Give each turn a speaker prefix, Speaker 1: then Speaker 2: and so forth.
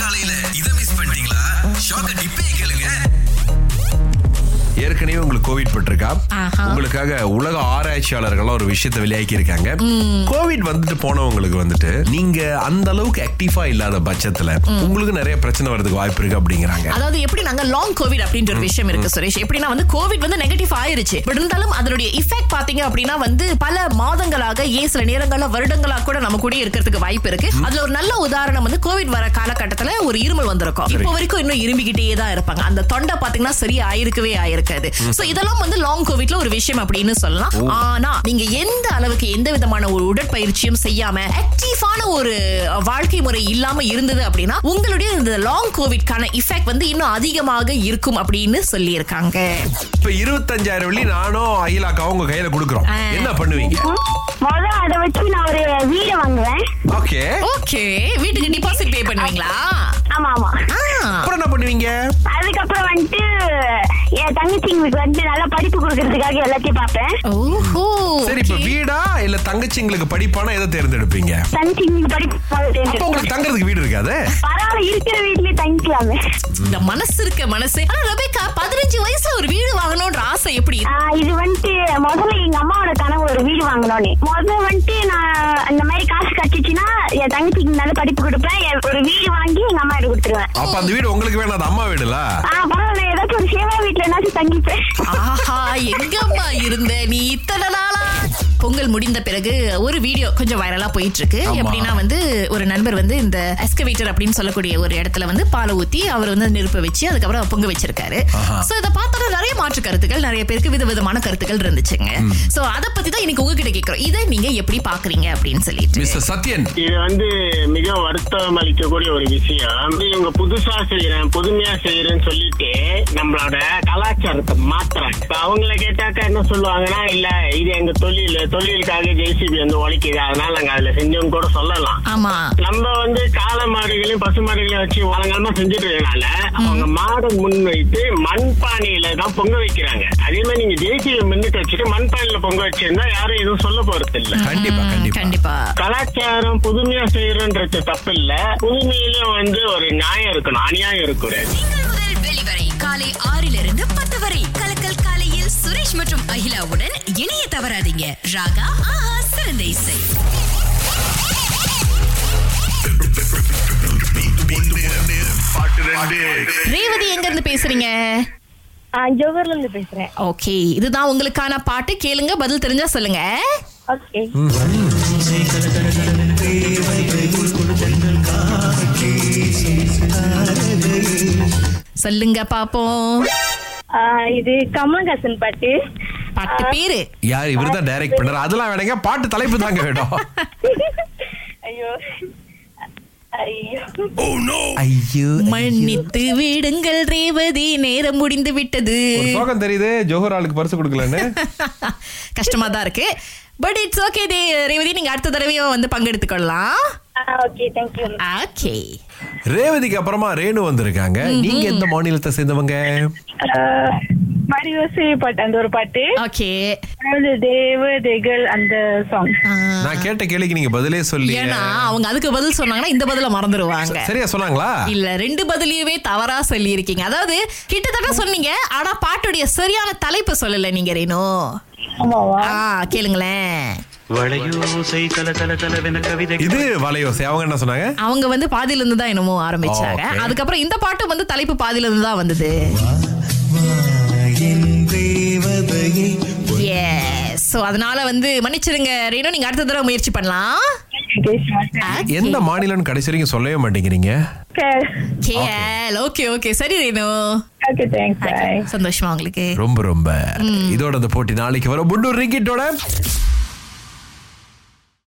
Speaker 1: காலையில இதை மிஸ் பண்ணிட்டீங்களா ஷாக்க இப்பயே கேளுங்க ஏற்கனவே உங்களுக்கு கோவிட் பட்டிருக்கா
Speaker 2: ஆஹா.
Speaker 1: உங்களுக்காக உலக ஆராய்ச்சியாளர்கள் ஒரு விஷயத்தை வெளியாக்கி இருக்காங்க கோவிட் வந்துட்டு போனவங்களுக்கு வந்துட்டு நீங்க அந்த அளவுக்கு ஆக்டிவா இல்லாத பட்சத்துல உங்களுக்கு நிறைய பிரச்சனை வரதுக்கு வாய்ப்பு இருக்கு அப்படிங்கிறாங்க
Speaker 2: அதாவது எப்படி நாங்க லாங் கோவிட் அப்படின்ற ஒரு விஷயம் இருக்கு சுரேஷ் எப்படின்னா வந்து கோவிட் வந்து நெகட்டிவ் ஆயிருச்சு பட் இருந்தாலும் அதனுடைய இஃபெக்ட் பாத்தீங்க அப்படின்னா வந்து பல மாதங்களாக ஏன் சில நேரங்கள்ல வருடங்களா கூட நம்ம கூட இருக்கிறதுக்கு வாய்ப்பு இருக்கு அதுல ஒரு நல்ல உதாரணம் வந்து கோவிட் வர காலகட்டத்துல ஒரு இருமல் வந்திருக்கும் இப்போ வரைக்கும் இன்னும் இரும்பிக்கிட்டே தான் இருப்பாங்க அந்த தொண்டை பாத்தீங்கன்னா சரியா ஆயிருக்கவே ஆயிருக்காது சோ இதெல்லாம் வந்து லாங் கோவிட்ல ஒரு விஷயம் அப்படின்னு சொல்லலாம் ஆனா நீங்க எந்த அளவுக்கு எந்த விதமான ஒரு உடற்பயிற்சியும் செய்யாம ஆக்டிவான ஒரு அஹ், வாழ்க்கை முறை இல்லாம இருந்தது அப்படின்னா உங்களுடைய இந்த லாங் கோவிட்கான இஃபெக்ட் வந்து இன்னும் அதிகமாக இருக்கும் அப்படின்னு சொல்லியிருக்காங்க
Speaker 1: இப்ப இருபத்தஞ்சாயிரம் வெள்ளி நானும் அகிலாக்காவும் உங்க கையில கொடுக்குறோம்
Speaker 2: ஆ.
Speaker 1: என்ன பண்ணுவீங்க
Speaker 3: முத அதை வச்சு நான் ஒரு வீடு வாங்குவேன்
Speaker 1: ஓகே
Speaker 2: ஓகே வீட்டுக்கு டிபாசிட் பே பண்ணுவீங்களா
Speaker 3: ஆமா ஆமா
Speaker 2: ஆ.
Speaker 1: அப்புறம் என்ன பண்ணுவீங்க
Speaker 3: அதுக்கப்புறம் வந்துட்டு என் தங்கச்சிங்களுக்கு வந்து நல்லா படிப்பு கொடுக்கறதுக்காக எல்லாத்தையும் பார்ப்பேன்
Speaker 2: ஓஹோ
Speaker 1: சரி இப்ப
Speaker 2: okay.
Speaker 1: வீடா இல்ல தங்கச்சிங்களுக்கு படிப்பானா எதை தேர்ந்தெடுப்பீங்க
Speaker 3: தங்கச்சிங்களுக்கு படிப்பு
Speaker 1: அப்ப உங்களுக்கு தங்கறதுக்கு வீடு இருக்காதே
Speaker 3: பரவாயில்ல இருக்கிற வீட்லயே தங்கிக்கலாமே
Speaker 2: இந்த மனசு இருக்க மனசு ஆனா ரபேக்கா பதினஞ்சு வயசுல ஒரு வீடு வாங்கணும்ன்ற ஆசை எப்படி
Speaker 3: ஆஹ் இது வந்துட்டு முதல்ல எங்க அம்மாவோட கனவு ஒரு வீடு வாங்கணும்னு முதல்ல வந்துட்டு நான் அந்த மாதிரி காசு கட்டிச்சுன்னா என் தங்கச்சிக்கு நல்ல படிப்பு கொடுப்பேன் என் ஒரு வீடு வாங்கி எங்க அம்மா எடுத்து கொடுத்துருவேன்
Speaker 1: அப்ப அந்த வீடு உங்களுக்கு வேணாம் அது அம்மா வீடுல
Speaker 3: ஆஹ் பரவாயில்ல ஏதாச்சும் ஒரு சேவா வீட்டுல என்னாச்சும் தங்கிப்பேன்
Speaker 2: ஆஹா எங்கம்மா இருந்த நீ இத்தனை நாளா பொங்கல் முடிந்த பிறகு ஒரு வீடியோ கொஞ்சம் வைரலா போயிட்டு இருக்கு
Speaker 1: ஆமா.
Speaker 2: எப்படின்னா வந்து ஒரு நண்பர் வந்து இந்த எஸ்கவேட்டர் அப்படின்னு சொல்லக்கூடிய ஒரு இடத்துல வந்து பாலை ஊத்தி அவர் வந்து நெருப்பு வச்சு அதுக்கப்புறம் பொங்க வச்சிருக்காரு
Speaker 1: ஆஹா.
Speaker 2: சோ இதை பார்த்தா நிறைய மாற்று கருத்துக்கள் நிறைய பேருக்கு விதவிதமான கருத்துக்கள் இருந்துச்சுங்க சோ அதை பத்தி தான் இன்னைக்கு உங்ககிட்ட கேக்குறோம் இதை நீங்க எப்படி பாக்குறீங்க அப்படின்னு சொல்லிட்டு
Speaker 1: மிஸ்டர் சத்யன்
Speaker 4: இது வந்து மிக வருத்தம் அளிக்கக்கூடிய ஒரு விஷயம் வந்து இவங்க புதுசா செய்யறேன் புதுமையா செய்யறேன்னு சொல்லிட்டு நம்மளோட கலாச்சாரத்தை மாத்துறாங்க இப்ப அவங்கள கேட்டாக்கா என்ன சொல்லுவாங்கன்னா இல்ல இது எங்க தொழில் தொழிலுக்காக ஜேசிபி வந்து உழைக்குது அதனால நாங்க அதுல செஞ்சோம்னு கூட சொல்லலாம்
Speaker 2: ஆமா
Speaker 4: நம்ம வந்து காளை மாடுகளையும் பசு மாடுகளையும் வச்சு வழங்காம செஞ்சுட்டு இருக்கனால அவங்க மாடை முன் வைத்து மண்பானையில தான் பொங்க வைக்கிறாங்க அதே மாதிரி நீங்க தேசிய முன்னிட்டு வச்சுட்டு மண்பானையில பொங்க வச்சிருந்தா யாரும் எதுவும் சொல்ல போறது இல்ல
Speaker 1: கண்டிப்பா
Speaker 2: ம்,
Speaker 1: கண்டிப்பா
Speaker 2: கண்டிப்பா
Speaker 4: கலாச்சாரம் புதுமையா செய்யறன்றது தப்பு இல்ல புதுமையிலும் வந்து ஒரு நியாயம் இருக்கணும் அநியாயம் இருக்கக்கூடாது
Speaker 5: திங்கள் முதல் வெளிவரை காலை ஆறிலிருந்து பத்து வரை கலக்கல் காலையில் சுரேஷ் மற்றும் அகிலாவுடன் இணைய தவறாதீங்க ராகா ஆஹா சிறந்த இசை
Speaker 2: ரேவதி எங்க இருந்து பேசுறீங்க
Speaker 3: ஜோகர்ல இருந்து பேசுறேன்
Speaker 2: ஓகே இதுதான் உங்களுக்கான பாட்டு கேளுங்க பதில் தெரிஞ்சா சொல்லுங்க
Speaker 3: ஓகே
Speaker 2: சொல்லுங்க பாப்போம்
Speaker 3: இது கமல்ஹாசன் பாட்டு
Speaker 2: பாட்டு பேரு
Speaker 1: யார் இவர் தான் டைரக்ட் பண்றாரு அதெல்லாம் வேணுங்க பாட்டு தலைப்பு தாங்க வேணும்
Speaker 3: ஐயோ ஐயோ
Speaker 1: ஐயோ
Speaker 2: மன்னித்து விடுங்கள் ரேவதி நேரம் முடிந்து விட்டது
Speaker 1: ஒரு சோகம் தெரியுது ஜோஹர் ஆளுக்கு பரிசு கொடுக்கலன்னு
Speaker 2: கஷ்டமா தான் இருக்கு பட் இட்ஸ் ஓகே ரேவதி நீங்க அடுத்த தடவையும் வந்து பங்கெடுத்துக் கொள்ளலாம்
Speaker 3: ஓகே தேங்க்யூ
Speaker 2: ஓகே
Speaker 1: ரேவதிக்கு அப்புறமா ரேணு வந்திருக்காங்க நீங்க எந்த மாநிலத்தை சேர்ந்தவங்க
Speaker 6: மரியோசி பாட்டு அந்த ஒரு பாட்டு
Speaker 2: ஓகே
Speaker 6: அதாவது தேவதைகள் அந்த சாங்
Speaker 1: நான் கேட்ட கேள்விக்கு நீங்க பதிலே சொல்லி
Speaker 2: ஏன்னா அவங்க அதுக்கு பதில் சொன்னாங்கன்னா இந்த பதில மறந்துடுவாங்க
Speaker 1: சரியா சொன்னாங்களா
Speaker 2: இல்ல ரெண்டு பதிலையுமே தவறா சொல்லி இருக்கீங்க அதாவது கிட்டத்தட்ட சொன்னீங்க ஆனா பாட்டுடைய சரியான தலைப்பு சொல்லல நீங்க ரேணு
Speaker 6: ஆமாவா
Speaker 2: ஆ, கேளுங்களேன்
Speaker 7: வளையோசை கல கல கலவென கவிதை
Speaker 1: இது வலையோசை அவங்க என்ன சொன்னாங்க
Speaker 2: அவங்க வந்து பாதியில இருந்து தான் என்னமோ ஆரம்பிச்சாங்க
Speaker 1: ஓகே.
Speaker 2: அதுக்கப்புறம் இந்த பாட்டு வந்து தலைப்பு பாதியில இருந்து தான் வந்தது Yes. So, அதனால வந்து மன்னிச்சிருங்க ரேணு நீங்க அடுத்த தடவை முயற்சி பண்ணலாம்
Speaker 1: எந்த மாநிலம்னு கடைசி வரைக்கும் சொல்லவே மாட்டேங்கிறீங்க
Speaker 2: கேஎல் ஓகே ஓகே சரி ரேணு
Speaker 6: ஓகே தேங்க்ஸ் பாய்
Speaker 2: சந்தோஷமா உங்களுக்கு
Speaker 1: ரொம்ப ரொம்ப இதோட அந்த போட்டி நாளைக்கு வரும் முன்னூறு ரிங்கிட்டோட